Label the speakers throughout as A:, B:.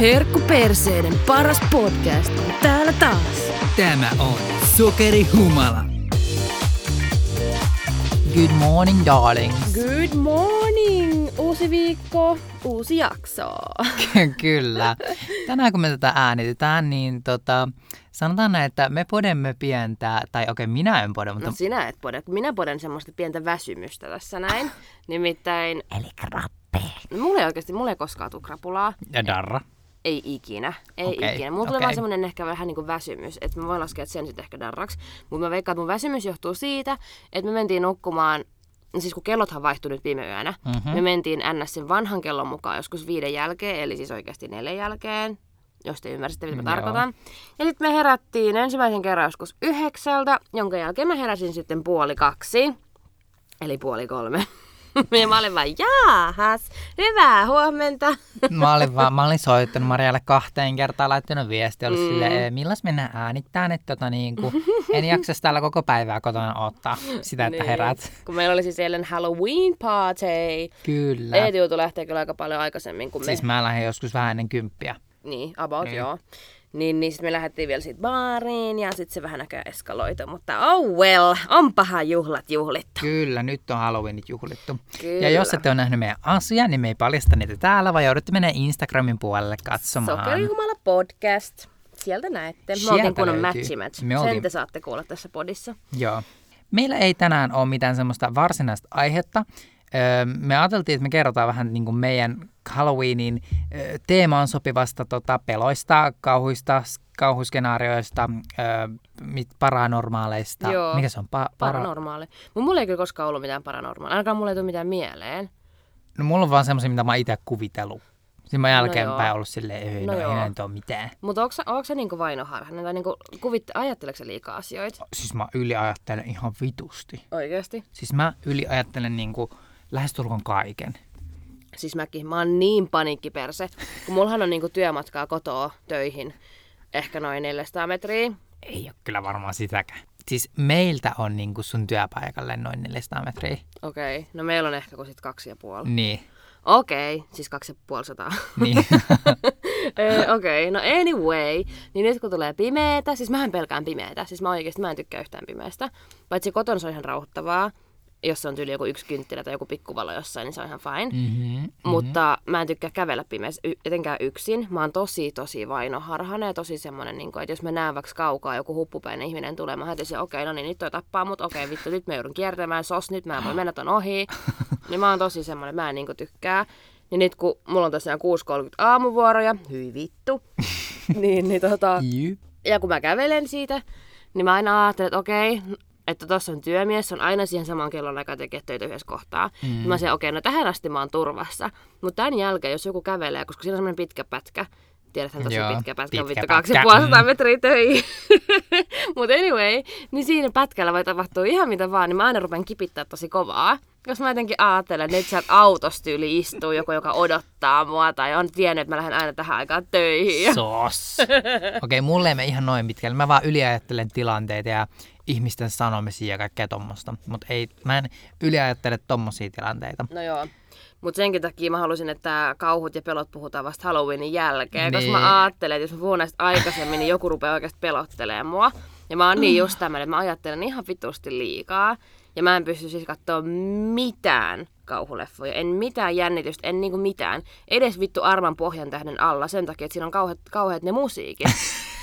A: Herkku Perseiden paras podcast on täällä taas.
B: Tämä on Sokerihumala. Good morning, darlings.
A: Good morning! Uusi viikko, uusi jakso.
B: Kyllä. Tänään kun me tätä äänitetään, niin tota, sanotaan näin, että me podemme pientä, tai okei, okay, minä en pode, mutta...
A: No sinä et poda, kun minä poden semmoista pientä väsymystä tässä näin. Nimittäin,
B: Eli krappe.
A: no mulla ei oikeasti, mulla ei koskaan tule krapulaa.
B: Ja darra.
A: Ei ikinä, ei
B: Okei,
A: ikinä. Mulla tulee
B: okei.
A: vaan semmoinen ehkä vähän niin kuin väsymys, että mä voin laskea sen sitten ehkä darraksi. Mutta mä veikkaan, että mun väsymys johtuu siitä, että me mentiin nukkumaan, no siis kun kellothan vaihtui nyt viime yönä,
B: Mhm.
A: mm-hmm. me mentiin NS sen vanhan kellon mukaan joskus viiden jälkeen, eli siis oikeasti neljän jälkeen, jos te ymmärsitte, mitä mä
B: Mm, Joo.
A: tarkoitan. Ja sitten me herättiin ensimmäisen kerran joskus yhdeksältä, jonka jälkeen mä heräsin sitten puoli kaksi, eli puoli kolme. Ja mä olin vaan, jaahas, hyvää huomenta.
B: Mä olin, vaan, mä olin soittanut Marialle kahteen kertaan, laittanut viestiä, ollut mm. silleen, "Ee, millas mennään äänittämään, että tota, niin kuin, en jaksa täällä koko päivää kotona ottaa sitä, että
A: Niin.
B: herät.
A: Kun meillä oli siis eilen Halloween party.
B: Kyllä.
A: Eetu joutui lähteä kyllä aika paljon aikaisemmin kuin me.
B: Siis
A: Siis...
B: mä lähden joskus vähän ennen kymppiä.
A: Niin, about niin. joo. Niin, niin sitten me lähdettiin vielä siitä baariin ja sitten se vähän näköjään eskaloitu. Mutta oh well, onpahan juhlat juhlittu.
B: Kyllä, nyt on Halloweenit juhlittu.
A: Kyllä.
B: Ja jos ette ole nähnyt meidän asiaa, niin me ei paljasta niitä täällä, vaan joudutte menemään Instagramin puolelle katsomaan.
A: Sokerikumala podcast. Sieltä näette. Me
B: Sieltä
A: oltiin kunnon
B: löytyy.
A: matchi match.
B: Me
A: Sen
B: oltiin-
A: te saatte kuulla tässä podissa.
B: Joo. Meillä ei tänään ole mitään semmoista varsinaista aihetta. Öö, Me ajateltiin, että me kerrotaan vähän niin kuin meidän Halloweenin öö, teemaan sopivasta tota, peloista, kauhuista, s- kauhuskenaarioista, öö, mit- paranormaaleista.
A: Joo.
B: Mikä se on? Pa- para-
A: Paranormaali. Mut mulla ei kyllä koskaan ollut mitään paranormaalia. Ainakaan mulla ei tule mitään mieleen.
B: no, mulla on vaan semmoisia, mitä mä oon itse kuvitellut. Sitten mä jälkeenpäin
A: No joo.
B: ollut silleen, ei,
A: No
B: no, no
A: joo.
B: ei näin ole mitään.
A: Mutta onko sä niinku vainoharhainen tai niinku kuvit, ajatteleeko sä liikaa asioita?
B: Siis mä yliajattelen ihan vitusti.
A: Oikeesti?
B: Siis mä yliajattelen niin kuin lähestulkoon kaiken.
A: Siis mäkin, mä oon niin paniikkiperse, kun mullahan on niinku työmatkaa kotoa töihin ehkä noin 400 metriä.
B: Ei ole kyllä varmaan sitäkään. Siis meiltä on niinku sun työpaikalle noin 400 metriä.
A: Okei, okay. no meillä on ehkä kun sit kaksi ja puoli.
B: Niin.
A: Okei, okay. siis kaksi ja puoli sataa.
B: niin.
A: Ö, Okei, okay. no anyway, niin nyt kun tulee pimeetä, siis mähän pelkään pimeetä, siis mä oikeesti mä en tykkää yhtään pimeästä. Paitsi kotona se on ihan rauhoittavaa, jos se on tyyli joku yksi kynttilä tai joku pikkuvalo jossain, niin se on ihan fine.
B: mm-hmm.
A: Mutta mä en tykkää kävellä pimeässä, y- etenkään yksin. Mä oon tosi, tosi vainoharhainen ja tosi semmonen, niin että jos mä näen vaikka kaukaa joku huppupäinen ihminen tulee, mä hetisin, okei, okay, no niin, nyt toi tappaa mut, okei, okay, vittu, nyt mä joudun kiertämään, sos, nyt mä en voi mennä ton ohi. Niin mä oon tosi semmonen, mä en niinku tykkää. Ja nyt kun mulla on tosiaan 6.30 aamuvuoroja, hyi vittu, niin, niin tota,
B: Jyp.
A: ja kun mä kävelen siitä, niin mä aina ajattelen, että okei, että tuossa on työmies, se on aina siihen samaan kellon aikaan tekee töitä yhdessä kohtaa. Mm. Mä sanoin, okei, no tähän asti mä oon turvassa. Mutta tämän jälkeen, jos joku kävelee, koska siinä on semmoinen pitkä pätkä, tiedäthän tosi
B: Joo,
A: pitkä pätkä, pitkä
B: pitkä
A: vittu
B: pätkä,
A: 2500
B: mm.
A: metriä töihin. Mutta anyway, niin siinä pätkällä voi tapahtua ihan mitä vaan, niin mä aina rupean kipittää tosi kovaa. Jos mä jotenkin ajattelen, että nyt sieltä autosta yli istuu joku, joka odottaa mua tai on tiennyt, että mä lähden aina tähän aikaan töihin.
B: Sos. Okei, okay, mulle ei mene ihan noin pitkälle. Mä vaan yliajattelen tilanteita ja ihmisten sanomisia ja kaikkea tommosta. Mut ei, mä en yliajattele tommosia tilanteita.
A: No joo. Mutta senkin takia mä halusin, että kauhut ja pelot puhutaan vasta Halloweenin jälkeen, niin. koska
B: Niin.
A: mä ajattelen, että jos mä puhun näistä aikaisemmin, niin joku rupeaa oikeasti pelottelemaan mua. Ja mä oon niin just tämmönen, mä ajattelen ihan vitusti liikaa. Ja mä en pysty siis katsoa mitään kauhuleffoja, en mitään jännitystä, en niinku mitään. Edes vittu Arman pohjan tähden alla sen takia, että siinä on kauheat, kauheat ne musiikit.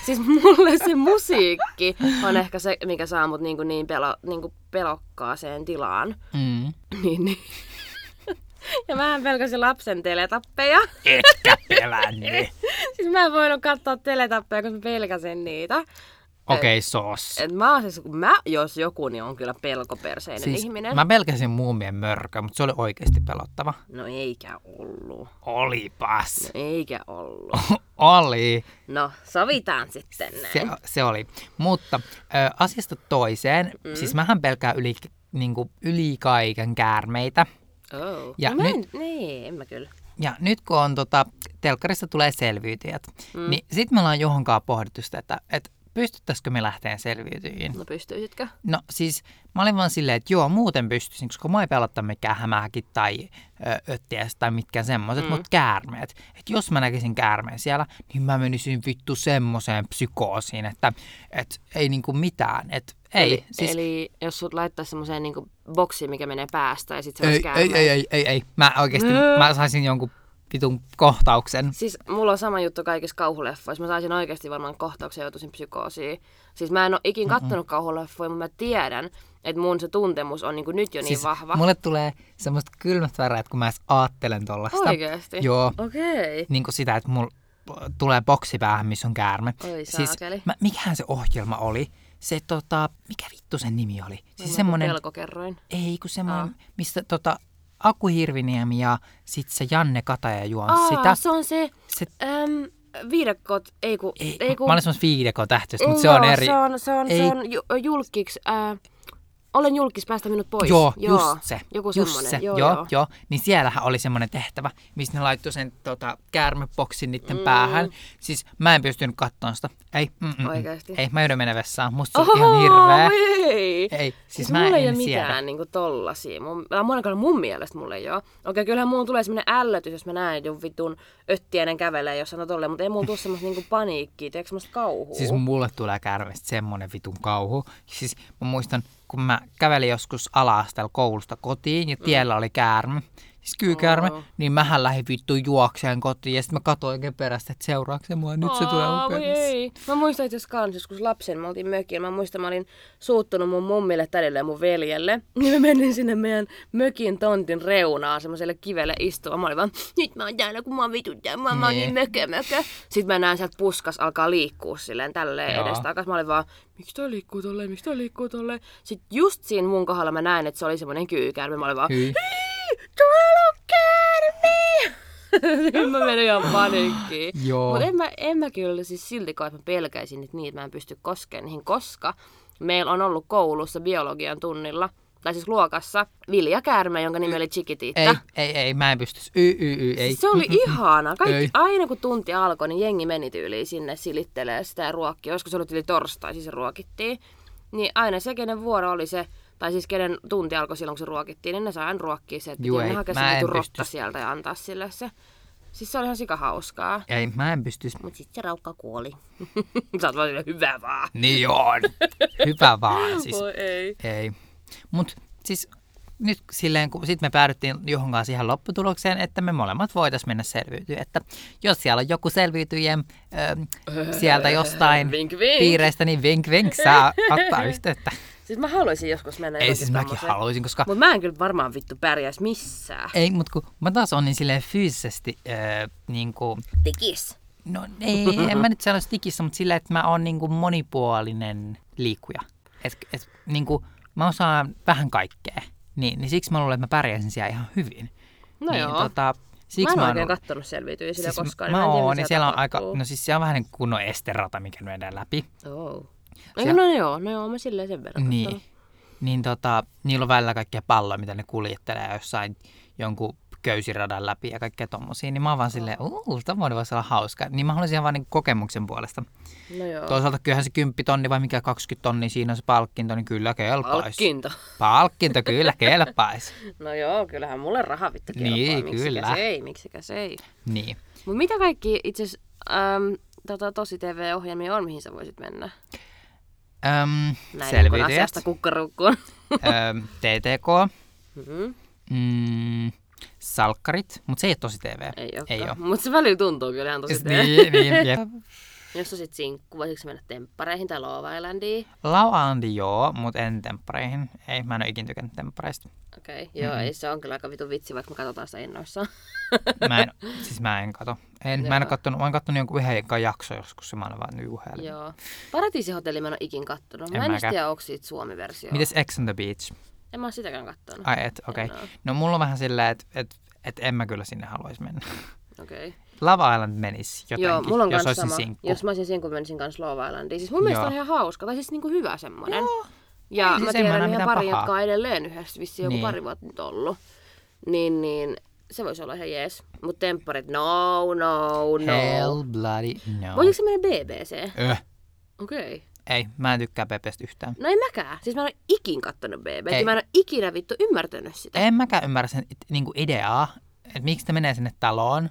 A: siis mulle se musiikki on ehkä se, mikä saa mut niinku niin, pelo, niinku pelokkaaseen tilaan.
B: Mm.
A: Niin, niin. Ja mä pelkäsin lapsen teletappeja.
B: Etkä pelänne.
A: Siis mä en voinut katsoa teletappeja, koska mä pelkäsin niitä.
B: Okei, okay, sos.
A: Et mä oon siis, mä jos joku, niin on kyllä pelkoperseinen siis ihminen. Mä...
B: Mä pelkäsin muumien mörköä, mutta se oli oikeasti pelottava.
A: No eikä ollut. No
B: Olipas.
A: Eikä ollut.
B: Oli.
A: No, sovitaan sitten näin.
B: Se, se oli. Mutta ö, asiasta toiseen. Mm. Siis mähän pelkään yli, niin kuin, yli kaiken käärmeitä.
A: Oh.
B: Ja
A: no mä en, niin, en mä kyllä.
B: Ja nyt kun on tota, telkkarista tulee selviytyjät, mm. niin sit me ollaan johonkaan pohdittu sitä, että, että pystyttäisikö me lähteen selviytyjiin?
A: No pystyisitkö?
B: No siis mä olin vaan silleen, että joo, muuten pystyisin, koska mä ei pelottaa mikään hämähäkit tai ö, öttiäs tai mitkään semmoiset, mm. mutta käärmeet. Että jos mä näkisin käärmeen siellä, niin mä menisin vittu semmoiseen psykoosiin, että et, ei niinku mitään. Et, ei,
A: eli,
B: siis,
A: eli jos sut laittaa semmoiseen niinku boksiin, mikä menee päästä ja sit se
B: ei, ei, ei, ei, ei, ei, mä oikeasti, mä saisin jonkun vitun kohtauksen.
A: Siis mulla on sama juttu kaikissa kauhuleffoissa. Mä saisin oikeasti varmaan kohtauksen ja joutuisin psykoosiin. Siis mä en ole ikin kattonut kauhuleffoja, mutta mä tiedän, että mun se tuntemus on niinku nyt jo niin
B: Siis
A: vahva.
B: mulle tulee semmoista kylmät väreet, kun mä edes aattelen tollasta.
A: Oikeesti?
B: Joo.
A: Okei.
B: niin kuin sitä, että mulla tulee boksi päähän, missä on käärme.
A: Oi
B: siis,
A: saakeli.
B: mä, mikähän se ohjelma oli? Se tota, mikä vittu sen nimi oli? Siis
A: Siis
B: semmonen,
A: Pelkokerroin.
B: ei kun
A: Ah.
B: semmonen, mistä tota, Aku Hirviniemi ja sit se Janne Kataja juon sitä.
A: se on se...
B: Se,
A: Äm, viidekot, ei ku...
B: ei,
A: ei ku
B: mä olin semmoista viidekon tähtöistä, mutta se on
A: joo,
B: eri.
A: Se on, se on,
B: Ei.
A: se on ju, julkiks... Äh, olen julkis, päästä minut pois.
B: Joo, joo, just se.
A: Joku
B: just
A: semmonen.
B: se.
A: Joo,
B: joo,
A: joo.
B: joo. Niin siellähän oli semmoinen tehtävä, missä ne laittoi sen tota, käärmeboksin niiden mm. päähän. Siis mä en pystynyt katsomaan sitä. Ei, mm, mm, mm.
A: Oikeesti?
B: Ei, mä joudun mennä vessaan. Musta se on ihan hirveä.
A: Ei.
B: Ei, siis,
A: Siis
B: mä
A: mulla ei
B: en
A: ole
B: siedä.
A: mitään niinku tollasia. Mun, tai mun, ainakaan mun mielestä mulla ei ole. Okei, kyllähän mulla tulee semmoinen ällötys, jos mä näen, että joku vitun öttiäinen kävelee jossain no tolleen, mutta ei mulla tule semmoista niinku paniikkiä, tiedätkö semmoista kauhua.
B: Siis mulle tulee kärvestä semmonen vitun kauhu. Siis mä muistan, kun mä kävelin joskus ala-asteella koulusta kotiin
A: Mm.
B: ja tiellä oli käärme, siis kyykäärme,
A: Oo.
B: niin mähän lähdin vittu juokseen kotiin ja sitten mä katsoin oikein perästä, että seuraako se mua, nyt se tulee
A: Aa,
B: mun
A: voi
B: perässä.
A: ei. Mä muistan itse asiassa kans joskus lapsen, me oltiin mökillä. Mä muistan, mä olin suuttunut mun mummille, tädille ja mun veljelle. Niin mä menin sinne meidän mökin tontin reunaan semmoiselle kivelle istua. Mä olin vaan, nyt mä oon täällä, kun mä oon vituttaa, mä, mä oon niin
B: Niin.
A: mökö, mökö. Sitten mä näen sieltä puskas alkaa liikkua silleen tälleen
B: Joo.
A: edestakas. Mä olin vaan, miksi toi liikkuu tolleen, miksi toi liikkuu tolleen. Sitten just siinä mun kohdalla mä näin, että se oli semmoinen kyykäärme. Mä olin vaan,
B: Hyi.
A: tuolla on käärme! mä menin ihan paniikkiin.
B: Joo.
A: Mutta en mä, en mä kyllä siis silti koe, että mä pelkäisin, niin, että niitä mä en pysty koskemaan niihin, koska meillä on ollut koulussa biologian tunnilla, tai siis luokassa, viljakäärme, jonka nimi oli Chiquitita.
B: Ei, ei, ei, mä en pysty. Y, y, y, ei. Mm,
A: Siis Se oli ihanaa. Kaikki,
B: Ei.
A: aina kun tunti alkoi, niin jengi meni tyyliin sinne silittelee sitä ja ruokki. Joskus oli tyyli torstai, siis se ruokittiin. Niin aina se, kenen vuoro oli se, tai siis kenen tunti alkoi silloin, kun se ruokittiin, niin ne sai aina ruokkia se, että
B: Juu,
A: piti
B: ei.
A: aina hakea
B: Mä
A: se
B: en
A: vitu rotta
B: pysty.
A: sieltä ja antaa sille se. Siis se oli ihan sikahauskaa.
B: Ei, mä en pysty.
A: Mut sit se raukka kuoli. Sä oot vaan silleen, hyvä vaan.
B: Niin on. Hyvä vaan siis.
A: No Voi ei.
B: Ei. Mut siis nyt silleen, kun sit me päädyttiin johonkaan siihen lopputulokseen, että me molemmat voitais mennä selviytyä. Että jos siellä on joku selviytyjien ö, sieltä jostain
A: Vink, vink.
B: piireistä, niin vink vink saa ottaa yhteyttä.
A: Siis mä haluaisin joskus mennä
B: Ei
A: johonkin
B: siis mäkin
A: tommoseen.
B: haluaisin, koska
A: Mut mä en kyllä varmaan vittu pärjäis missään.
B: ei, mut kun mä taas on niin silleen fyysisesti ö, niin kuin,
A: Tikis.
B: no ei, en mä nyt sano stikissä, mutta silleen, että mä oon niin kuin monipuolinen liikkuja. Et, et, niin kuin, mä osaan vähän kaikkea. Niin, niin siksi mä luulen, että mä pärjäisin siellä ihan hyvin.
A: No
B: niin,
A: joo.
B: Tota,
A: Mä
B: siksi
A: en
B: mä,
A: oikein
B: oon- siis
A: kattonut selviytyjä sillä koskaan.
B: mä
A: en tiedä,
B: oon,
A: mitä
B: niin siellä on aika,
A: tapahtuu.
B: no siis siellä on vähän niin kuin kunnon esterata, mikä mennään läpi.
A: Oh. Siellä... No joo, no joo, mä silleen sen verran
B: Niin.
A: kattonut.
B: Niin tota, niillä on välillä kaikkia palloja, mitä ne kuljettelee jossain jonkun köysiradan läpi ja kaikkea tommosia. Niin mä oon vaan silleen, uuu, tämmöinen voisi olla hauska. Niin mä haluaisin ihan vaan niin kokemuksen puolesta.
A: No joo.
B: Toisaalta kyllähän se 10 tonni vai mikä 20 tonni, siinä on se palkkinto, niin kyllä kelpaisi.
A: Palkkinto.
B: Palkkinto kyllä kelpaisi.
A: No joo, kyllähän mulle raha vittu kelpaa.
B: Niin,
A: miksikä
B: kyllä.
A: se ei, miksikä se ei.
B: niin.
A: Mut mitä kaikki itse asiassa äm, tota, tosi TV-ohjelmia on, mihin sä voisit mennä?
B: Öm,
A: Näin kun
B: selviytyjät.
A: asiasta kukkarukkuun.
B: Öm, TTK.
A: Mhm,
B: Mm, salkkarit, mutta se ei ole tosi TV.
A: ei oo.
B: ei ole.
A: Mut se väli tuntuu kyllä ihan tosi
B: Siis
A: tehdä.
B: Niin, niin, jep.
A: Jos olisit sinkku, voisitko sä mennä temppareihin tai Love Islandiin?
B: Lauandi joo, mutta en temppareihin. Ei, mä en ole ikinä tykännyt temppareista.
A: Okei, okay,
B: Mm-hmm.
A: joo, ei se on kyllä aika vitu vitsi, vaikka me katsotaan sitä innoissaan.
B: Mä en, siis mä en kato. En, mä en oo kattonut, mä oon kattonut jonkun yhden ekan jakso joskus ja mä oon vaan yhdellä.
A: Joo. Paratiisihotelli mä en ole ikin kattonut. Mä
B: En
A: en, en
B: mäkään.
A: tiedä, onko siitä Suomi-versio.
B: Mites Ex on the Beach?
A: En mä ole sitäkään kattonut.
B: Ai et, okei.
A: En oo.
B: Okay. No mulla on vähän silleen, että et, et en mä kyllä sinne haluaisi mennä.
A: Okei.
B: Lava Island menisi jotenkin,
A: Joo, mulla on
B: jos
A: kans
B: olisin
A: sama.
B: sinkku.
A: Jos mä olisin sinkku, menisin kans Love Islandiin. Siis mun mielestä
B: Joo.
A: on ihan hauska, tai siis niinku hyvä semmonen.
B: Joo.
A: Ja
B: Ei siis
A: mä
B: en mä näe
A: tiedän ihan
B: mitään
A: pari,
B: pahaa.
A: jotka on edelleen yhdessä, vissiin joku
B: Niin.
A: pari vuotta nyt ollut. Niin, niin se voisi olla ihan jees. Mut tempparit, no, no, no.
B: Hell bloody no.
A: Voisitko se mennä BBC?
B: Öh,
A: Okei. Okay.
B: Ei, mä en tykkää Pepestä yhtään.
A: No ei mäkään. Siis mä en ole ikin kattonut BB.
B: Ei.
A: Ja mä en ole ikinä vittu ymmärtänyt sitä.
B: En mäkään ymmärrä sen et, niinku ideaa, että miksi ne menee sinne taloon.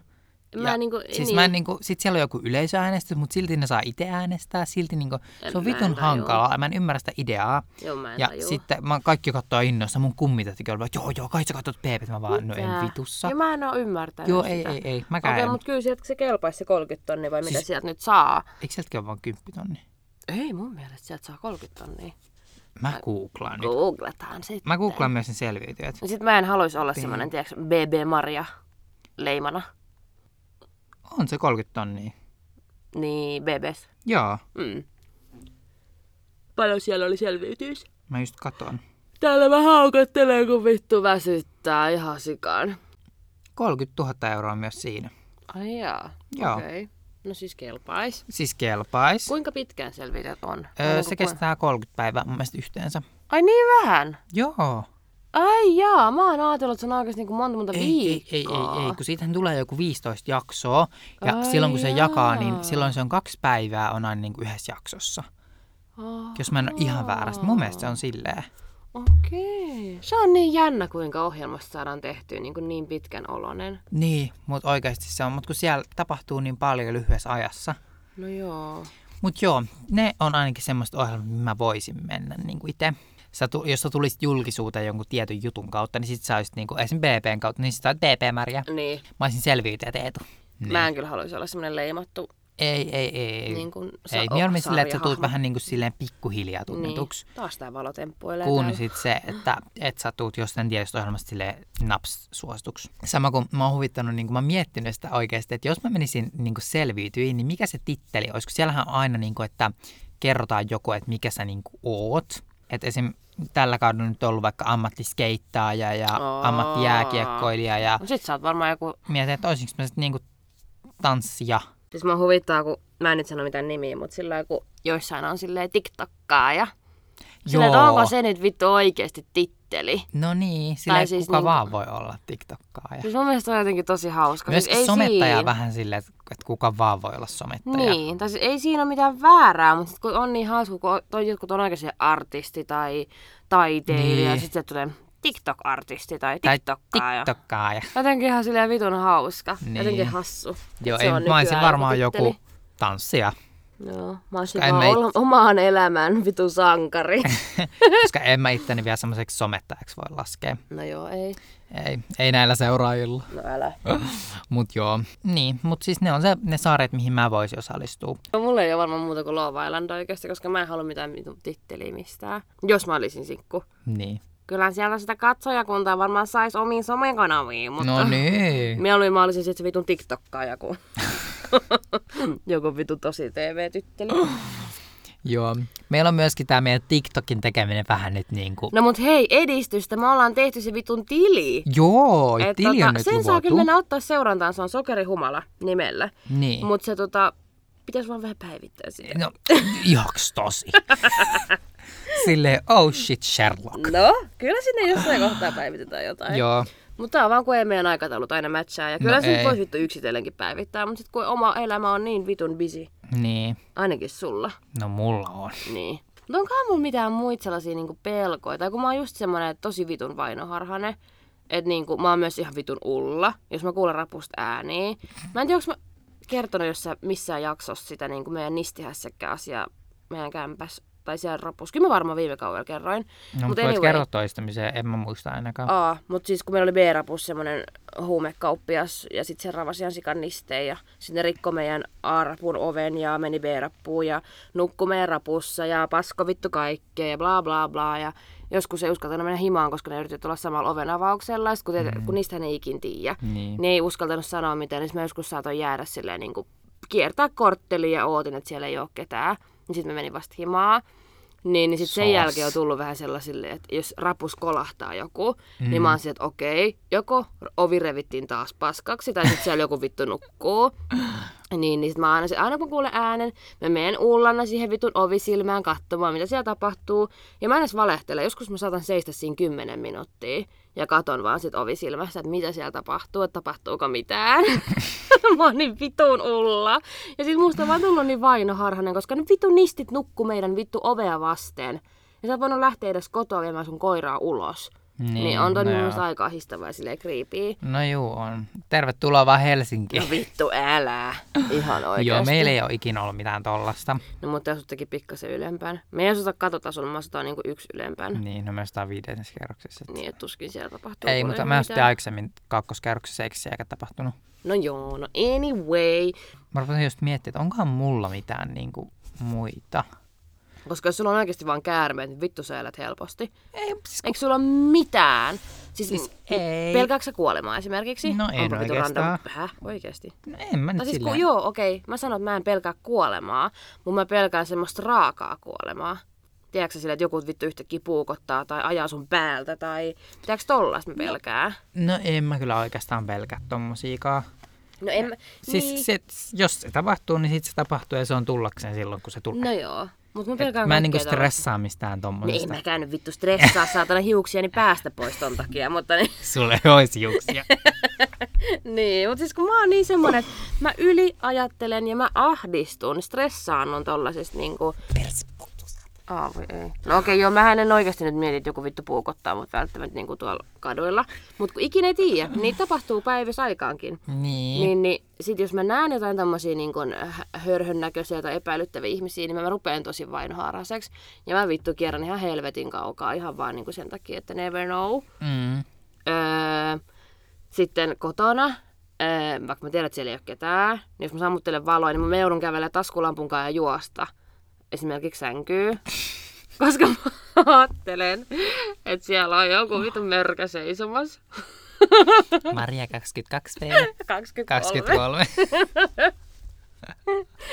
A: Mä niinku,
B: siis
A: niin.
B: mä en niinku, sit siellä on joku yleisöäänestys, mutta silti ne saa itse äänestää. Silti niinku, se on
A: mä en
B: vitun
A: tajua.
B: hankalaa. Mä en ymmärrä sitä ideaa.
A: Joo, mä en
B: Ja
A: tajua.
B: sitten mä kaikki katsoo innoissa, mun kummitätikin oli, vaan, joo joo, kai sä katsot Peepet, mä vaan, no en
A: Tää.
B: vitussa.
A: Ja mä en oo ymmärtänyt
B: Joo,
A: sitä.
B: ei, ei, ei, mäkään
A: Okei,
B: en.
A: okay, mutta kyllä sieltä se kelpaisi se 30 tonnia vai mitä
B: Siis-
A: sieltä nyt saa?
B: Eikö sieltäkin ole vaan 10 tonni?
A: Ei mun mielestä sieltä saa 30 tonnia.
B: Mä googlaan nyt.
A: Googlataan sitten.
B: Mä googlaan myös sen selviytyjät.
A: No sit mä en haluaisi olla semmonen, tiedäks, BB Maria leimana.
B: On se 30 tonnia.
A: Niin, BBs.
B: Joo,
A: Mm. Paljon siellä oli selviytyys.
B: mä just katon.
A: Täällä mä haukottelen, kun vittu väsyttää ihan sikan.
B: 30 000 euroa myös siinä.
A: Ai jaa.
B: Joo.
A: Okei. Okay. No siis kelpais.
B: Siis kelpais.
A: Kuinka pitkään selvität on?
B: Öö,
A: Onko kuin-
B: se kestää 30 päivää mun mielestä yhteensä.
A: Ai niin vähän?
B: Joo.
A: Ai jaa, mä oon ajatellut, että se on oikeasti niin monta monta
B: Ei, ei,
A: viikkoa.
B: ei, ei, ei, kun siitähän tulee joku 15 jaksoa. Ja
A: Ai
B: silloin kun se
A: jaa.
B: jakaa, niin silloin se on kaksi päivää on aina niin kuin yhdessä jaksossa.
A: Ah,
B: Jos mä en ole ihan väärässä. Mun mielestä se on silleen.
A: Okei. Se on niin jännä, kuinka ohjelmasta saadaan tehtyä niin, kuin niin pitkän olonen.
B: Niin, mutta oikeasti se on. Mutta kun siellä tapahtuu niin paljon lyhyessä ajassa.
A: No joo.
B: Mutta joo, ne on ainakin semmoista ohjelmat, mihin mä voisin mennä niin kuin itse. Sä tu- jos sä tulisit julkisuuteen jonkun tietyn jutun kautta, niin sit sä olisit niinku, esimerkiksi BPn kautta, niin sit sä oot BP-märiä.
A: Niin.
B: Mä olisin selviytyjä Teetu.
A: niin. Mä en kyllä haluaisi olla semmoinen leimattu.
B: Ei, ei, ei.
A: Niin kuin sa-
B: ei, mieluummin silleen, että sä tulet
A: sarjahahmo.
B: vähän niin kuin silleen pikkuhiljaa tunnetuksi.
A: Niin. Taas tää valotemppuilee
B: Kun
A: täällä.
B: sit se, että et sä tuut jostain tietystä ohjelmasta silleen naps-suosituksi. Sama kuin mä oon huvittanut, niin kuin mä oon miettinyt sitä oikeasti, että jos mä menisin niin kuin selviytyihin, niin mikä se titteli olisi? Kun siellähän on aina, niin kuin, että kerrotaan joku, että mikä sä niin kuin oot. Että esim. tällä kaudella nyt on ollut vaikka ammattiskeittaaja ja
A: Aa.
B: ammattijääkiekkoilija ja
A: No sit sä oot varmaan joku...
B: mietin, että olisinko mä sitten niin kuin tanssia.
A: Siis mä huvittaa, kun mä en nyt sano mitään nimiä, mutta sillä lailla, kun joissain on silleen tiktokkaa ja sillä, että onko se nyt vittu oikeasti titteli.
B: No niin, sillä siis
A: siis
B: kuka
A: niinku-
B: vaan voi olla TikTokkaaja.
A: Siis mun mielestä on jotenkin tosi hauska.
B: Myös
A: siis ei
B: somettaja
A: siinä.
B: on vähän silleen, että että kuka vaan voi olla somettaja.
A: Niin, tai siis ei siinä ole mitään väärää, mutta sit kun on niin hauska, kun on- toi jotkut on oikeasti artisti tai taiteilija,
B: Niin.
A: niin. sitten tulee TikTok-artisti tai
B: Tai
A: TikTokkaaja.
B: TikTokkaaja.
A: Jotenkin ihan silleen vitun hauska.
B: Niin.
A: Niin. Jotenkin hassu.
B: Joo,
A: Se
B: ei,
A: on
B: mä olisin
A: nykyään
B: varmaan
A: titteli.
B: joku tanssija,
A: Joo, mä olisin
B: en
A: vaan
B: mä
A: olla omaan elämään vitu sankari.
B: koska en mä itteni vielä semmoiseksi somettajaksi voi laskea.
A: no joo, ei.
B: Ei, ei näillä seuraajilla.
A: No älä.
B: Mut joo. Niin, mut siis ne on se, ne saaret, mihin mä voisin osallistua.
A: No mulla ei ole varmaan muuta kuin Love Island oikeasti, koska mä en halua mitään vitun titteliä mistään. Jos mä olisin sinkku.
B: Niin.
A: Kyllähän siellä sitä katsojakuntaa varmaan saisi omiin somekanaviin, mutta...
B: No niin.
A: Mieluummin mä olisin sitten vitun tiktokkaaja kuin joku vitun tosi TV-tytteli.
B: Joo. Meillä on myöskin tää meidän TikTokin tekeminen vähän nyt niinku...
A: No mut hei, edistystä, me ollaan tehty se vitun tili.
B: Joo,
A: Et tota,
B: tili on nyt
A: sen saa kyllä
B: luotu.
A: mennä ottaa seurantaan, se on sokerihumala nimellä.
B: Niin.
A: Mut se tota, pitäis vaan vähän päivittää sitä.
B: No, jaks tosi? Silleen, oh shit Sherlock.
A: No, kyllä sinne jossain kohtaa päivitetään jotain.
B: Joo,
A: Mutta tää on vaan kun ei meidän aikataulut aina matchaa. Ja kyllä
B: No
A: no sen
B: ei.
A: voisi vittu yksitellenkin päivittää, mutta sit kun oma elämä on niin vitun busy,
B: niin.
A: ainakin sulla.
B: No mulla on.
A: Niin. Mutta onkohan mulla mitään muita sellaisia niinku pelkoja? Tai kun mä oon just semmonen tosi vitun vainoharhane, että niinku, mä oon myös ihan vitun ulla, jos mä kuulen rapusta ääniä. Mä en tiedä, onko mä kertonut jossain missään jaksossa sitä niinku meidän nistihässäkkä asiaa meidän kämpäs tai siellä rapus. Kyllä mä varmaan viime kaudella kerroin.
B: No,
A: Mut
B: mutta voit kertoa toistamiseen, en mä muista ainakaan.
A: Aa, mutta siis kun meillä oli B-rapus semmoinen huumekauppias ja sitten se ravasi ihan sikan nisteen ja sitten ne rikkoi meidän A-rapun oven ja meni B-rappuun ja nukkui meidän rapussa ja pasko vittu kaikkea ja bla bla bla ja joskus ei uskaltanut mennä himaan, koska ne yritti tulla samalla oven avauksella ja sit kun, te, kun niistä ei ikin tiedä.
B: Niin.
A: Ne ei uskaltanut sanoa mitään, niin sit mä joskus saatoin jäädä silleen niin kuin kiertää kortteliin ja ootin, että siellä ei ole ketään. Niin sitten mä menin vasta himaa. Niin, niin sitten sen
B: Sos.
A: jälkeen on tullut vähän sellaisille, että jos rapus kolahtaa joku, mm. niin mä oon sille, että okei, joko ovi revittiin taas paskaksi, tai sitten siellä joku vittu nukkuu. Niin, niin sit mä aina, sit- aina kun kuulen äänen, mä menen ullana siihen vitun ovisilmään katsomaan, mitä siellä tapahtuu. Ja mä en edes valehtele. Joskus mä saatan seistä siinä 10 minuuttia ja katon vaan sit ovisilmässä, että mitä siellä tapahtuu, että tapahtuuko mitään. mä oon niin vitun ulla. Ja sit musta on vaan tullut niin vainoharhanen, koska ne vitun nistit nukku meidän vittu ovea vasten. Ja sä oot voinut lähteä edes kotoa viemään sun koiraa ulos. Niin, niin on toi
B: no
A: no
B: joo.
A: mielestä aika ahistavaa ja silleen creepy.
B: No juu, on. Tervetuloa vaan Helsinkiin.
A: No vittu, älä. Ihan oikeesti.
B: Joo, meillä ei ole ikinä ollut mitään tollasta.
A: No mutta jos teki pikkasen ylempään. Me ei osata katotasolla, me osataan niinku yksi ylempään. Mm.
B: Niin, no myös tää on viidennessä kerroksessa. et-
A: Niin, et tuskin siellä tapahtuu.
B: Ei,
A: paljon
B: mutta mä sitten
A: mitään.
B: aikaisemmin kakkoskerroksessa eikö eikä tapahtunut.
A: No joo, no anyway.
B: Mä rupesin just miettimään, että onkohan mulla mitään niinku muita.
A: Koska jos sulla on oikeasti vaan käärmeet, niin vittu sä elät helposti.
B: Ei, siis
A: Eikö sulla ole mitään? Siis,
B: Siis
A: siis
B: ei.
A: pelkääkö sä kuolemaa esimerkiksi?
B: No en
A: Onpa vitu
B: oikeastaan.
A: random- Häh, oikeesti?
B: no en mä nyt
A: Tai siis
B: silleen.
A: kun, joo, okei, okay. mä sanon, että mä en pelkää kuolemaa, mutta mä pelkään semmoista raakaa kuolemaa. Tiedätkö sä sille, että joku vittu yhtäkkiä puukottaa tai ajaa sun päältä tai... Tiedätkö tollasta mä pelkään?
B: No en mä kyllä oikeastaan pelkää tommosiikaa.
A: No en mä...
B: Siis
A: niin.
B: se, jos se tapahtuu, niin sit se tapahtuu ja se on tullakseen silloin, kun se tulee.
A: No joo, mutta mä
B: Et
A: pelkään
B: mä en niinku
A: kaikkea
B: stressaa mistään
A: tollaista. Niin en
B: tommosesta.
A: mäkään nyt vittu stressaa saatana hiuksiani päästä pois ton takia, mutta niin,
B: Sulle ei olisi hiuksia.
A: niin mutta siis kun mä oon niin semmonen, että mä yliajattelen ja mä ahdistun, stressaannun tollasista niinku... Aa, voi ei. No okei, joo, mä en oikeasti nyt mieti, että joku vittu puukottaa mut välttämättä niinku tuolla kaduilla. Mut kun ikinä ei tiedä, niin tapahtuu päivässä aikaankin.
B: niin.
A: Niin, niin sit jos mä näen jotain tämmöisiä niin kun, äh, hörhön näköisiä tai epäilyttäviä ihmisiä, niin mä rupean tosi vainohaaraiseksi. Ja mä vittu kierrän ihan helvetin kaukaa ihan vaan niin sen takia, että never know.
B: Mm.
A: Öö, sitten kotona, öö, vaikka mä tiedän, että siellä ei ole ketään, niin jos mä sammuttelen valoa, niin mä joudun kävellä taskulampun kanssa ja juosta. Esimerkiksi sänkyy. Koska mä ajattelen, että siellä on joku vitun mörkä seisomassa.
B: Maria 22 V.
A: 23.
B: 23.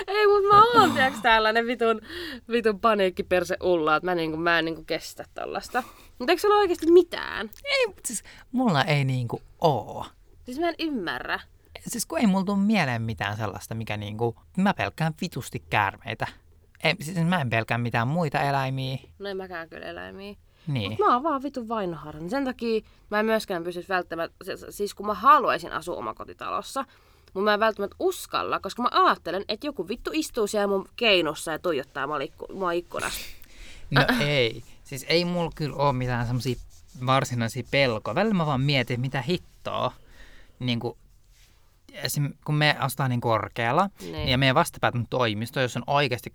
A: Ei, mutta mä oon, tiiäks, tällainen vitun, vitun paniikkiperse ulla, että mä, niinku, mä en niinku kestä tollasta. Mutta eikö se ole oikeasti mitään?
B: ei, mut siis mulla ei niinku oo.
A: Siis mä en ymmärrä.
B: Siis kun ei mulla tuu mieleen mitään sellaista, mikä niinku... Mä pelkään vitusti käärmeitä. Ei, siis mä en pelkää mitään muita eläimiä.
A: No en mäkään kyllä eläimiä.
B: Niin.
A: Mut mä oon vaan vitun vainoharhan. Sen takia mä en myöskään pysty välttämättä, siis- siis kun mä haluaisin asua omakotitalossa, mutta mä en välttämättä uskalla, koska mä ajattelen, että joku vittu istuu siellä mun keinossa ja tuijottaa mua, likku, mua ikkunasta.
B: No ei. Siis ei mulla kyllä oo mitään semmosia varsinaisia pelkoja. Välillä mä vaan mietin, mitä hittoa. Niin kuin, esim, kun me asutaan niin korkealla, niin.
A: Niin.
B: ja meidän vastapäät on toimisto, jossa on oikeasti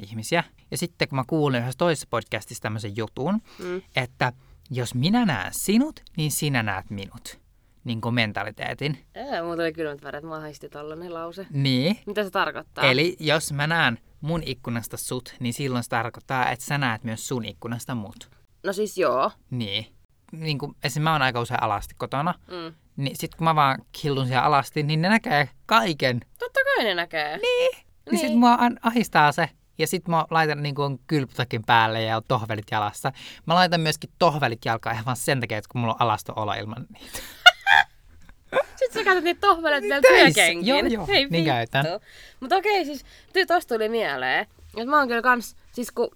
B: 24-7 ihmisiä. Ja sitten kun mä kuulin yhdessä toisessa podcastissa tämmöisen jutun, mm. että jos minä näen sinut, niin sinä näet minut. Niin kuin mentaliteetin.
A: Ää, mulla tuli kylmät väret, mä haisti tollanen lause.
B: Niin.
A: Mitä se tarkoittaa?
B: Eli jos mä näen mun ikkunasta sut, niin silloin se tarkoittaa, että sä näet myös sun ikkunasta mut.
A: No siis joo.
B: Niin. niin kun, esim. mä oon aika usein alasti kotona.
A: Mm.
B: Niin sit kun mä vaan killun siellä alasti, niin ne näkee kaiken.
A: Totta kai ne näkee.
B: Niin. Niin sit
A: Niin.
B: mua an- ahistaa se. Ja sit mä laitan niin kun kylpytakin päälle ja on tohvelit jalassa. Mä laitan myöskin tohvelit jalkaan ihan vaan sen takia, että kun mulla on alasto olo ilman niitä.
A: Sitten sä käytät niitä tohveleita vielä
B: töissä.
A: työkenkin.
B: Joo, joo,
A: Ei
B: niin käytän.
A: Mutta okei, siis ty- tosta tuli mieleen, että mä oon kyllä kans, siis kun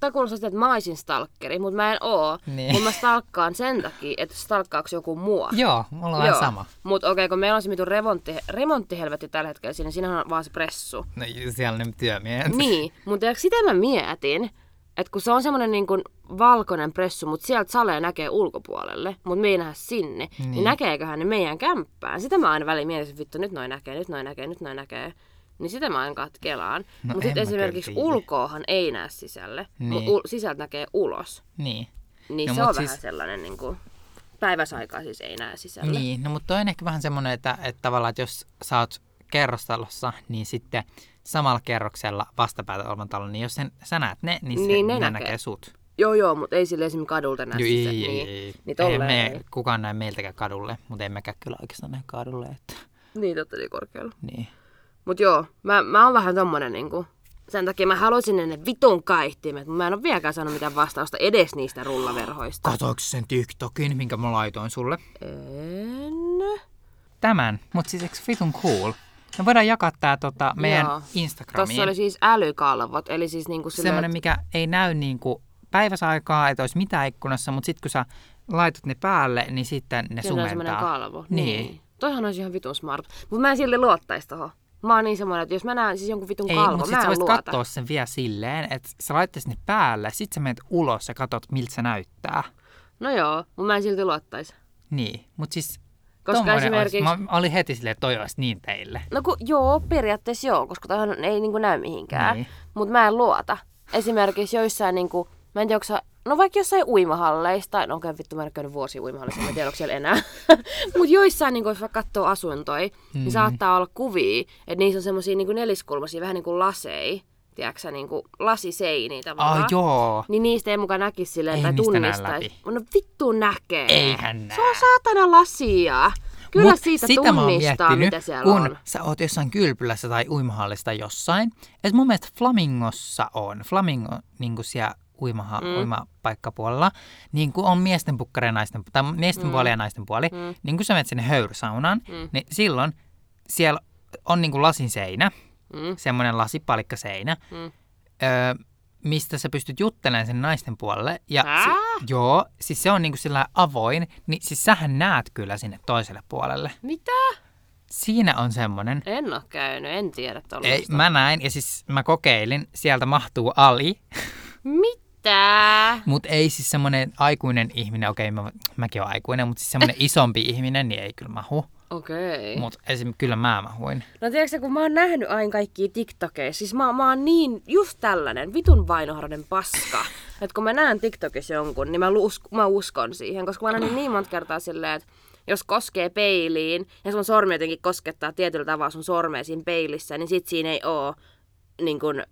A: tai kuulostaa sitä, että mä oisin stalkkeri, mutta mä en oo.
B: Niin.
A: Kun mä stalkkaan sen takia, että stalkkaako joku mua.
B: Joo, mulla on vähän sama.
A: Mutta okei, kun meillä on se mitun remontti, remonttihelvetti tällä hetkellä siinä, niin siinähän on vaan se pressu.
B: No siellä ne työmiehet.
A: Niin, mutta sitä mä mietin, että kun se on semmoinen niin kuin valkoinen pressu, mutta sieltä salee näkee ulkopuolelle, mutta me ei nähdä sinne, niin,
B: Niin.
A: niin näkeeköhän ne meidän kämppään? Sitä mä aina väliin mietin, että vittu nyt noin näkee, nyt noin näkee, nyt noin näkee. Niin sitä mä aina katkelaan. mutta
B: No en
A: sitten
B: mä kyllä
A: esimerkiksi
B: tiedä.
A: ulkoahan ei näe sisälle,
B: Niin.
A: mutta ul- sisältä näkee ulos.
B: niin.
A: Niin
B: No
A: se
B: mut
A: on siis...
B: siis-
A: vähän sellainen niin kuin, päiväsaikaa siis ei näe sisälle.
B: Niin, no mutta toi on ehkä vähän semmoinen, että, että tavallaan, että jos sä oot kerrostalossa, niin sitten samalla kerroksella vastapäätä olevan talon, niin jos sen, sä näet ne, niin, se,
A: Niin, ne
B: ne
A: näkee.
B: näkee sut.
A: Joo joo, mutta ei sille esimerkiksi kadulta näe
B: Joo,
A: sisälle.
B: ei, ei,
A: niin,
B: ei.
A: niin
B: ei
A: tolleen
B: me,
A: ei.
B: kukaan näe meiltäkään kadulle, mutta ei mekään kyllä oikeastaan näe kadulle. Että,
A: Niin, totta niin korkealla.
B: niin.
A: Mut joo, mä, mä oon vähän tommonen niinku, sen takia mä haluaisin ne ne vitun kaihtimet, mutta mä en oo vieläkään saanut mitään vastausta edes niistä rullaverhoista.
B: Katoiko sen TikTokin, minkä mä laitoin sulle?
A: En.
B: Tämän, mutta siis eikö vitun cool? Me voidaan jakaa tämä tota, meidän
A: Joo.
B: Instagramiin.
A: Tuossa oli siis älykalvot, eli siis niinku
B: Semmoinen,
A: silleen,
B: mikä ei näy niin kuin päiväsaikaa, että olisi mitään ikkunassa, mutta sitten kun sä laitat ne päälle, niin sitten ne
A: Kyllä on semmoinen
B: sumentaa.
A: kalvo.
B: Niin.
A: Toihan olisi ihan vitun smart. Mutta mä en silti luottaisi tohon. Mä oon niin semmoinen, että jos mä näen siis jonkun vitun
B: Ei,
A: kalvo,
B: mutta
A: mä
B: sitten sä
A: en
B: voisit
A: luota.
B: katsoa sen vielä silleen, että sä laittaisit ne päälle, sit sä menet ulos ja katsot, miltä se näyttää.
A: No joo, mutta mä en silti luottaisi.
B: Niin, mutta siis
A: Koska
B: tommonen
A: esimerkiksi-
B: Olisi, mä olin heti silleen, että toi olisi niin teille.
A: No kun, joo, periaatteessa joo, koska toihan ei niinku näy mihinkään.
B: Niin.
A: Mutta mä en luota. Esimerkiksi joissain niinku, mä en tiedä, onko sä- no vaikka jossain uimahalleista, no okei okay, vittu mä en ole käynyt vuosi uimahalleissa, mä en tiedä, onko siellä enää. Mutta joissain, niinku, jos vaikka katsoo asuntoi, mm. niin saattaa olla kuvia, että niissä on semmoisia niinku neliskulmaisia, vähän niin kuin lasei, tiedätkö niinku lasiseiniä
B: Ah,
A: tavallaan.
B: oh, joo.
A: Niin niistä ei mukaan näkisi silleen
B: Ei
A: tai
B: niistä näe
A: tunnistaisi.
B: läpi.
A: No vittu näkee.
B: Eihän näe.
A: Se on saatana lasia. Kyllä
B: Mut
A: siitä
B: sitä mä oon
A: tunnistaa,
B: miettinyt,
A: mitä siellä
B: kun
A: on.
B: sä oot jossain kylpylässä tai uimahallissa tai jossain. Et mun mielestä Flamingossa on, Flamingo niin kuin siellä uimaha, mm. uimapaikkapuolella, niin kuin on miesten pukkari ja naisten, tai miesten mm. puoli ja naisten puoli, mm. niin kun sä menet sinne höyrysaunaan, mm. niin silloin siellä on niin kuin lasin seinä, mm. semmoinen lasipalikka seinä, mm. öö, mistä sä pystyt juttelemaan sen naisten puolelle. Ja
A: Hää?
B: si- joo, siis se on niinku sillä avoin, niin siis sähän näet kyllä sinne toiselle puolelle.
A: Mitä?
B: Siinä on semmoinen.
A: En ole käynyt, en tiedä tuollaista.
B: Ei, mä näin, ja siis mä kokeilin, sieltä mahtuu Ali,
A: Mitä?
B: mutta ei siis semmoinen aikuinen ihminen, okei okay, mä, mäkin oon aikuinen, mutta siis semmoinen isompi ihminen, niin ei kyllä mahu.
A: Okei.
B: Mutta esim. kyllä mä mahuin.
A: No tiedätkö, kun mä oon nähnyt aina kaikkia TikTokeja, siis mä, mä oon niin just tällainen vitun vainoharden paska, että kun mä näen TikTokissa jonkun, niin mä, lusk, mä uskon siihen, koska mä oon nähnyt niin monta kertaa silleen, että jos koskee peiliin ja sun sormi jotenkin koskettaa tietyllä tavalla sun sormea siinä peilissä, niin sit siinä ei oo niin kun,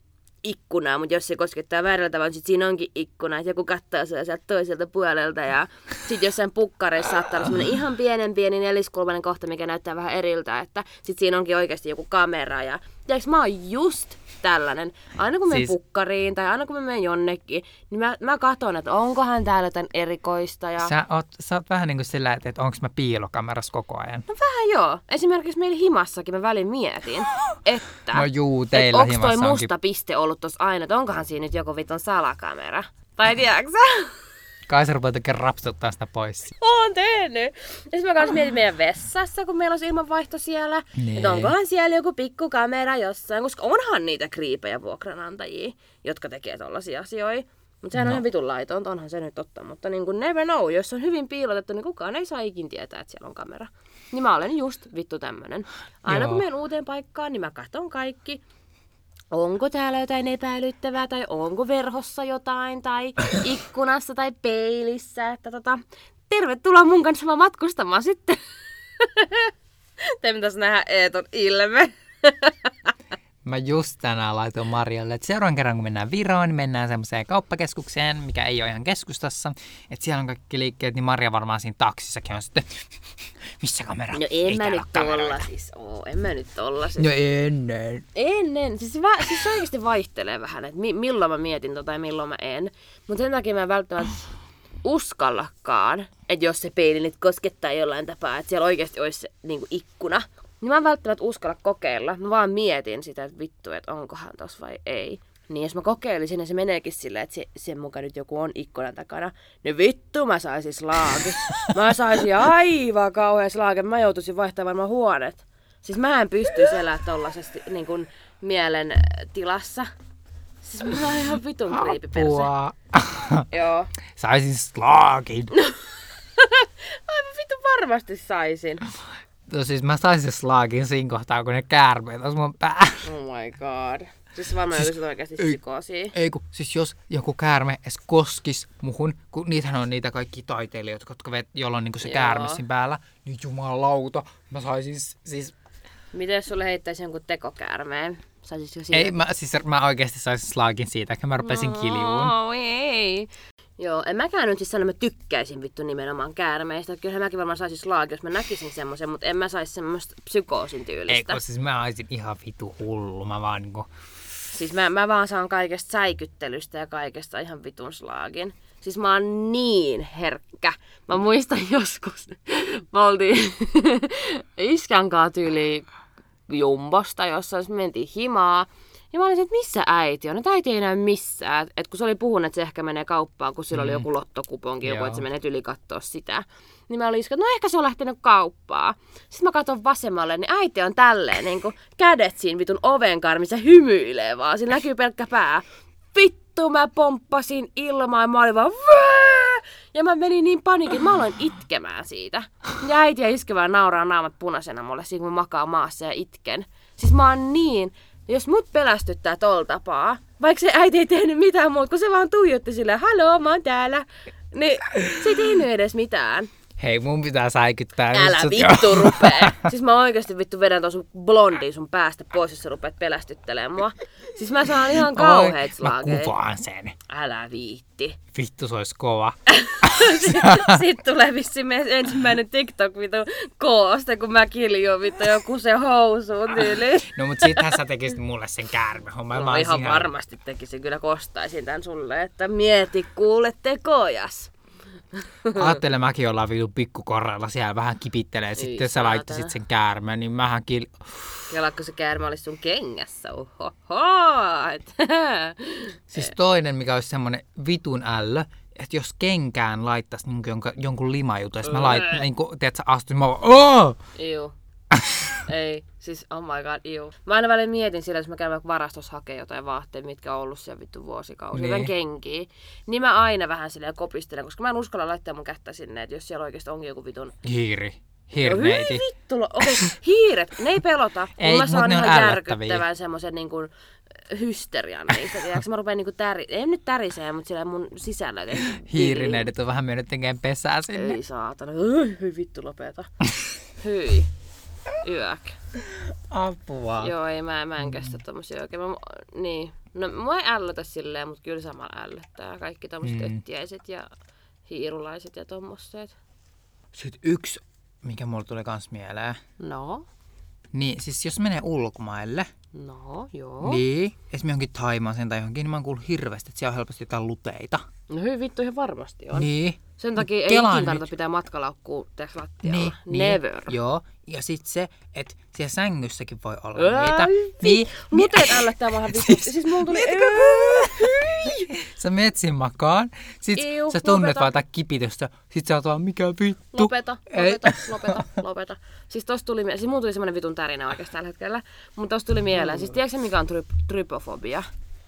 A: ikkunaa, mutta jos se koskettaa väärällä tavalla, niin sit siinä onkin ikkuna, että joku katsoo sitä sieltä toiselta puolelta ja sitten jossain pukkareissa saattaa olla semmoinen ihan pienen pieni neliskulmainen kohta, mikä näyttää vähän eriltä, että sit siinä onkin oikeasti joku kamera ja tiedätkö, mä oon just tällainen. Aina kun menen
B: Siis-
A: siis... pukkariin tai aina kun mä menen jonnekin, niin mä, mä katson, että onkohan täällä jotain erikoista ja...
B: Sä oot, sä oot vähän niin kuin sillä, että, että onko mä piilokamerassa koko ajan.
A: No vähän joo. Esimerkiksi meillä himassakin mä välin mietin, että...
B: No juu,
A: Et
B: teillä
A: onks toi
B: himassa onkin
A: musta piste ollut tossa aina, että onkohan siinä nyt joku vitun salakamera? Tai tiedätkö sä?
B: Kai sä rupeat oikein rapsuttaa sitä pois.
A: Oon tehnyt. Ja sit mä kans mietin meidän vessassa, kun meillä olisi ilmanvaihto siellä.
B: Niin.
A: Niin. Että onkohan siellä joku pikkukamera jossain, koska onhan niitä kriipejä vuokranantajia, jotka tekee tollasia asioita. Mutta sehän no. on ihan vitun laitonta, onhan se nyt totta. Mutta niin kuin never know, jos on hyvin piilotettu, niin kukaan ei saa ikin tietää, että siellä on kamera. Niin mä olen just vittu tämmönen. Aina
B: Joo.
A: kun menen uuteen paikkaan, niin mä katson kaikki. onko täällä jotain epäilyttävää tai onko verhossa jotain tai ikkunassa tai peilissä. Että tota, tervetuloa mun kanssa vaan matkustamaan sitten. Teidän pitäisi nähdä Eeton ilme.
B: Mä just tänään laitoin Marjalle, että seuraavan kerran kun mennään Viroon, niin mennään semmoiseen kauppakeskukseen, mikä ei ole ihan keskustassa. Että siellä on kaikki liikkeet, niin Marja varmaan siinä taksissakin on sitten, missä kamera?
A: No en mä
B: täällä
A: nyt
B: ole kameroita."
A: tolla siis oo, en mä nyt tolla siis.
B: No ennen.
A: Ennen. Siis, vä, siis se oikeasti vaihtelee vähän, että mi, milloin mä mietin tota ja milloin mä en. Mutta sen takia mä en välttämättä uskallakaan, että jos se peili nyt koskettaa jollain tapaa, että siellä oikeasti olisi se niinku, ikkuna. Niin mä en välttämättä uskalla kokeilla. Mä vaan mietin sitä, että vittu, että onkohan tos vai ei. Niin jos mä kokeilisin ja se meneekin silleen, että se, sen mukaan nyt joku on ikkunan takana, niin vittu mä saisin slaagi. Mä saisin aivan kauhean slaagen. Mä joutuisin vaihtamaan varmaan huonet. Siis mä en pystyisi elää tollasessa niin kuin, mielen äh, tilassa. Siis mulla on ihan vitun kriipiperse.
B: Apua.
A: Joo.
B: Saisin slaagin.
A: No. Aivan vittu varmasti saisin.
B: No siis mä saisin slaagin siinä kohtaa, kun ne käärmeet on mun pää.
A: Oh my god. Siis varmaan siis, olisi oikeasti
B: ei.
A: psykoosi.
B: Ei kun, siis jos joku käärme edes koskis muhun, kun niitähän on niitä kaikki taiteilijoita, jotka vet, jolla on niinku se
A: Joo.
B: käärme siinä päällä, niin jumalauta, mä saisin s- siis
A: Miten jos sulle heittäisi jonkun tekokäärmeen? Saisitko siitä?
B: Ei, mä, siis mä oikeasti saisin slaagin siitä, kun mä rupesin no. kiljuun.
A: Oh, ei. Joo, en mäkään nyt siis sano, mä tykkäisin vittu nimenomaan käärmeistä. Kyllä mäkin varmaan saisin slaagi, jos mä näkisin semmoisen, mutta en mä saisi semmoista psykoosin
B: Ei,
A: tyylistä.
B: kun siis mä olisin ihan vitu hullu. Mä vaan niinku...
A: Siis mä, mä vaan saan kaikesta säikyttelystä ja kaikesta ihan vitun slaagin. Siis mä oon niin herkkä. Mä muistan joskus, me oltiin iskän kanssa tyyli jumbosta, jossa me mentiin himaa. Ja mä olin että missä äiti on? Että äiti ei näy missään. Et kun se oli puhunut, että se ehkä menee kauppaan, kun sillä oli
B: Mm.
A: joku lottokuponki, joku,
B: Joo.
A: että se menee yli katsoa sitä. Niin mä olin iskä, no ehkä se on lähtenyt kauppaan. Sitten mä katson vasemmalle, niin äiti on tälleen niin kuin kädet siinä vitun ovenkaan, missä hymyilee vaan. Siinä näkyy pelkkä pää. Vittu, mä pomppasin ilmaan. Mä olin vaan "Vää!" ja mä menin niin panikin, mä aloin itkemään siitä. Ja äiti ja iskä vaan nauraa naamat punaisena mulle siinä, kun mä makaan maassa ja itken. Siis mä oon niin, jos mut pelästyttää tol tapaa, vaikka se äiti ei tehnyt mitään muuta, kun se vaan tuijotti silleen, haloo, mä oon täällä. Niin se ei tehnyt edes mitään.
B: Hei, mun pitää säikyttää. nyt
A: Älä
B: sut jo.
A: vittu rupee. Siis mä oikeasti vittu vedän ton sun blondiin sun päästä pois, jos sä rupeat pelästyttelemään mua. Siis mä saan ihan
B: Mä voin-
A: kauheet
B: Mä
A: slaageet.
B: kuvaan sen.
A: Älä viitti.
B: Vittu, se olisi kova.
A: Sitten tulee vissiin meidän ensimmäinen TikTok vitu koosta, kun mä kiljuun vittu joku se housuun tyyliin.
B: No mut sittenhän sä tekisit mulle sen käärmehomman.
A: Mä
B: Mä
A: ihan
B: olisin
A: varmasti tekisin, kyllä kostaisin tän sulle, että mieti kuule tekojas.
B: Ajattele, mäkin ollaan vitu pikkukorrella siellä vähän kipittelee. Sitten sä
A: saatana.
B: laittaisit sen käärmeen, niin mähän kil...
A: Kelakko se käärme olisi sun kengässä, ohoho.
B: Siis toinen, mikä olisi semmonen vitun ällö, että jos kenkään laittaisi niin jonka, jonkun limajutun, ja sit mä lait, niin kuin, tiedät, sä astuin, mä vaan, "Aa!"
A: Iu. Ei, siis oh my god, iu. Mä aina välillä mietin sillä, jos mä käyn vaikka varastossa hakee jotain vaatteita, mitkä on ollut siellä vittu vuosikausia,
B: Niin.
A: niin. kenkiä, niin mä aina vähän silleen kopistelen, koska mä en uskalla laittaa mun kättä sinne, että jos siellä oikeasti onkin joku vitun
B: Hiiri.
A: No
B: Hirneiti.
A: Hyi vittu, lo- okei, hiiret, ne ei pelota,
B: Ei,
A: ei, mä
B: mut
A: saan
B: ne on
A: ihan
B: ällöttäviä.
A: järkyttävän semmoisen niin kuin, hysterian niistä, tiedätkö? Mä rupeen niin kuin täri, en nyt tärisee, mutta sillä mun sisällä jotenkin-
B: Hiirineidit on vähän mennyt tekemään pesää sinne.
A: Ei saatana, hyi, hyi vittu lopeta. Hyi. Yök.
B: Apua.
A: Joo, ei mä, mä en kestä tommosia oikein. Mä, niin. No mua ei ällötä silleen, mutta kyllä samalla ällöttää. Kaikki tommoset
B: Mm.
A: mm. öttiäiset ja hiirulaiset ja tommoset.
B: Sitten yksi, mikä mulle tuli kans mieleen.
A: No,
B: Niin, siis jos menee ulkomaille,
A: no, joo.
B: oh. niin, esimerkiksi johonkin Taimaaseen tai johonkin, niin mä oon kuullut hirveästi, että siellä on helposti jotain luteita.
A: No hyi vittu ihan varmasti on.
B: Niin.
A: Sen takia ei
B: Kelaan
A: ikinä kannata
B: nyt.
A: pitää matkalaukkuun tässä lattialla. Never.
B: Niin, joo, ja sitten se, että siellä sängyssäkin voi olla
A: Ää,
B: niitä.
A: vi-
B: Niin,
A: Luteet ällöttää vähän vittu. Siis, siis mulla tuli...
B: sä menet sinne makaan, sit
A: Iu,
B: sä tunnet
A: lopeta.
B: vaan jotain kipitystä, sit sä oot vaan, mikä vittu.
A: Lopeta,
B: Ei.
A: lopeta, lopeta, lopeta. Siis tossa tuli, mie- siis mulla tuli semmonen vitun tärinä oikeastaan tällä hetkellä. Mutta tossa tuli mieleen, siis tiedätkö sä, mikä on tryp- trypofobia?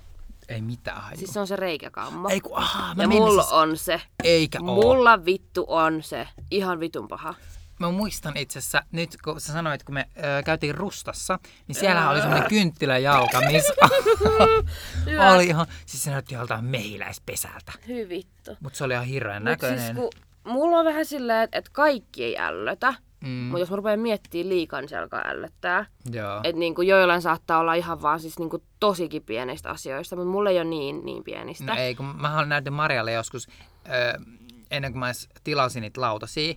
B: Ei mitään hajua.
A: Siis se on se reikäkammo.
B: Ei kun, aha, mä
A: ja
B: menin
A: mulla
B: siis,
A: on se.
B: eikä oo.
A: Mulla vittu on se. Ihan vitun paha.
B: Mä muistan itse asiassa, nyt kun sä sanoit, kun me ö, käytiin Rustassa, niin siellä oli semmoinen kynttiläjalka, missä
A: Hyvä.
B: oli ihan, siis se näytti joltain mehiläispesältä.
A: Hyi vittu.
B: Mutta se oli ihan hirveän
A: Mut
B: näköinen.
A: Siis, kun mulla on vähän silleen, että kaikki ei ällötä.
B: Mm.
A: Mm. Mutta jos mä rupean miettimään liikaa, niin se alkaa ällöttää.
B: Joo.
A: Et niinku joillain saattaa olla ihan vaan siis niinku tosikin pienistä asioista, mutta mulla ei ole niin, niin pienistä.
B: No ei, kun mä oon nähnyt Marjalle joskus, öö, ennen kuin mä edes tilasin niitä lautasia,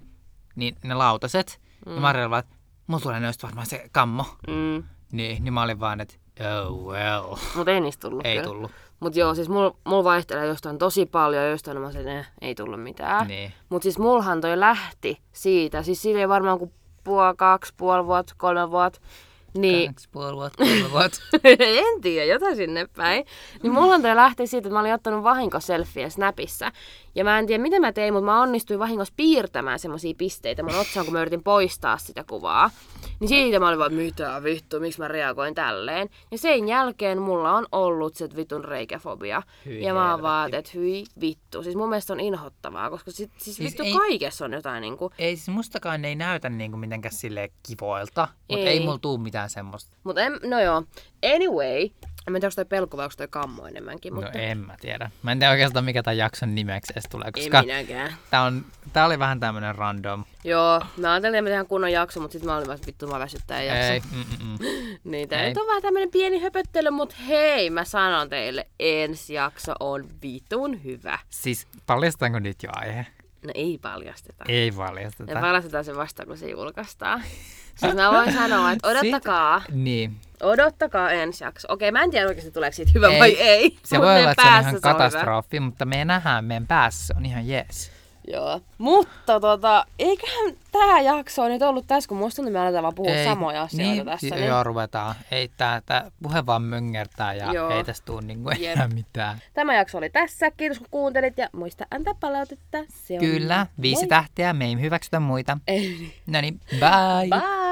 B: niin ne lautaset, mm. ja Marjalle vaan, että mulla tulee noista varmaan se kammo.
A: Mm,
B: Niin, niin mä olin vaan, että oh well,
A: mutta ei niistä tullut
B: ei
A: kyllä.
B: tullut.
A: Mut joo, siis mulla mul vaihtelee jostain tosi paljon ja jostain mä sen, eh, ei tullut mitään.
B: Niin.
A: Mut siis mulhan toi lähti siitä, siis siitä ei varmaan kuin puoli, kaksi, puoli vuotta, kolme vuotta, niin
B: Kaksi puoli vuotta, kolme vuotta.
A: en tiedä, jotain sinne päin. Niin mulla toi lähti siitä, että mä olin ottanut vahinkoselfien Snapissa. Ja mä en tiedä, mitä mä tein, mutta mä onnistuin vahingossa piirtämään semmosia pisteitä mun otsaan, kun mä yritin poistaa sitä kuvaa. Niin siitä mä olin vaan, mitä vittu, miksi mä reagoin tälleen. Ja sen jälkeen mulla on ollut se vitun reikäfobia.
B: Hyi
A: ja mä oon
B: helvetti.
A: vaan, että hyi vittu. Siis mun mielestä on inhottavaa, koska sit, siis,
B: Siis
A: siis vittu
B: ei-
A: ei... kaikessa on jotain niinku
B: Ei siis mustakaan ne ei näytä niinku mitenkään sille kivoilta, mutta ei,
A: Ei.
B: ei mulla tuu mitään semmoista.
A: Mutta en, no joo, anyway. En mä tiedä, onko toi pelko vai onko toi kammo enemmänkin,
B: Mutta...
A: mutta
B: No en mä tiedä. Mä en tiedä oikeastaan mikä tämän jakson nimeksi edes tulee, koska
A: en minäkään.
B: tää, on, tää oli vähän tämmönen random.
A: Joo, mä ajattelin, että me tehdään kunnon jakso, mutta sitten mä olin, että vittu mä väsyttää jakso.
B: Ei, mm, mm, mm.
A: Niin, tää
B: ei.
A: nyt on vähän tämmönen pieni höpöttely, mutta hei, mä sanon teille, ensi jakso on vitun hyvä.
B: Siis paljastanko nyt jo aihe?
A: No ei paljasteta.
B: Ei
A: Me
B: valjasteta.
A: paljastetaan se vasta, kun se julkaistaan. Siis mä voin sanoa, että odottakaa,
B: Niin.
A: odottakaa ensi jakso. Okei, mä en tiedä oikeasti tuleeko siitä hyvä
B: Ei.
A: vai ei.
B: Se
A: mut
B: voi
A: meidän
B: olla, että se on
A: päässä
B: ihan
A: hyvä.
B: katastrofi, mutta me nähdään meidän päässä, se on ihan jees.
A: Joo. Mutta tota, eiköhän tämä jakso on nyt ollut tässä, kun musta tuntuu, että me aletaan vaan puhua
B: Ei,
A: samoja asioita
B: niin,
A: tässä.
B: Joo, ruvetaan. Ei tää, tää puhe vaan möngertää ja
A: Joo.
B: joo. ei tästä tuu niinku
A: Jep.
B: enää mitään.
A: Tämä jakso oli tässä. Kiitos kun kuuntelit ja muista antaa palautetta. Se on...
B: Kyllä, viisi
A: Moi.
B: tähteä, me ei hyväksytä muita.
A: Ei.
B: No niin, bye!
A: Bye!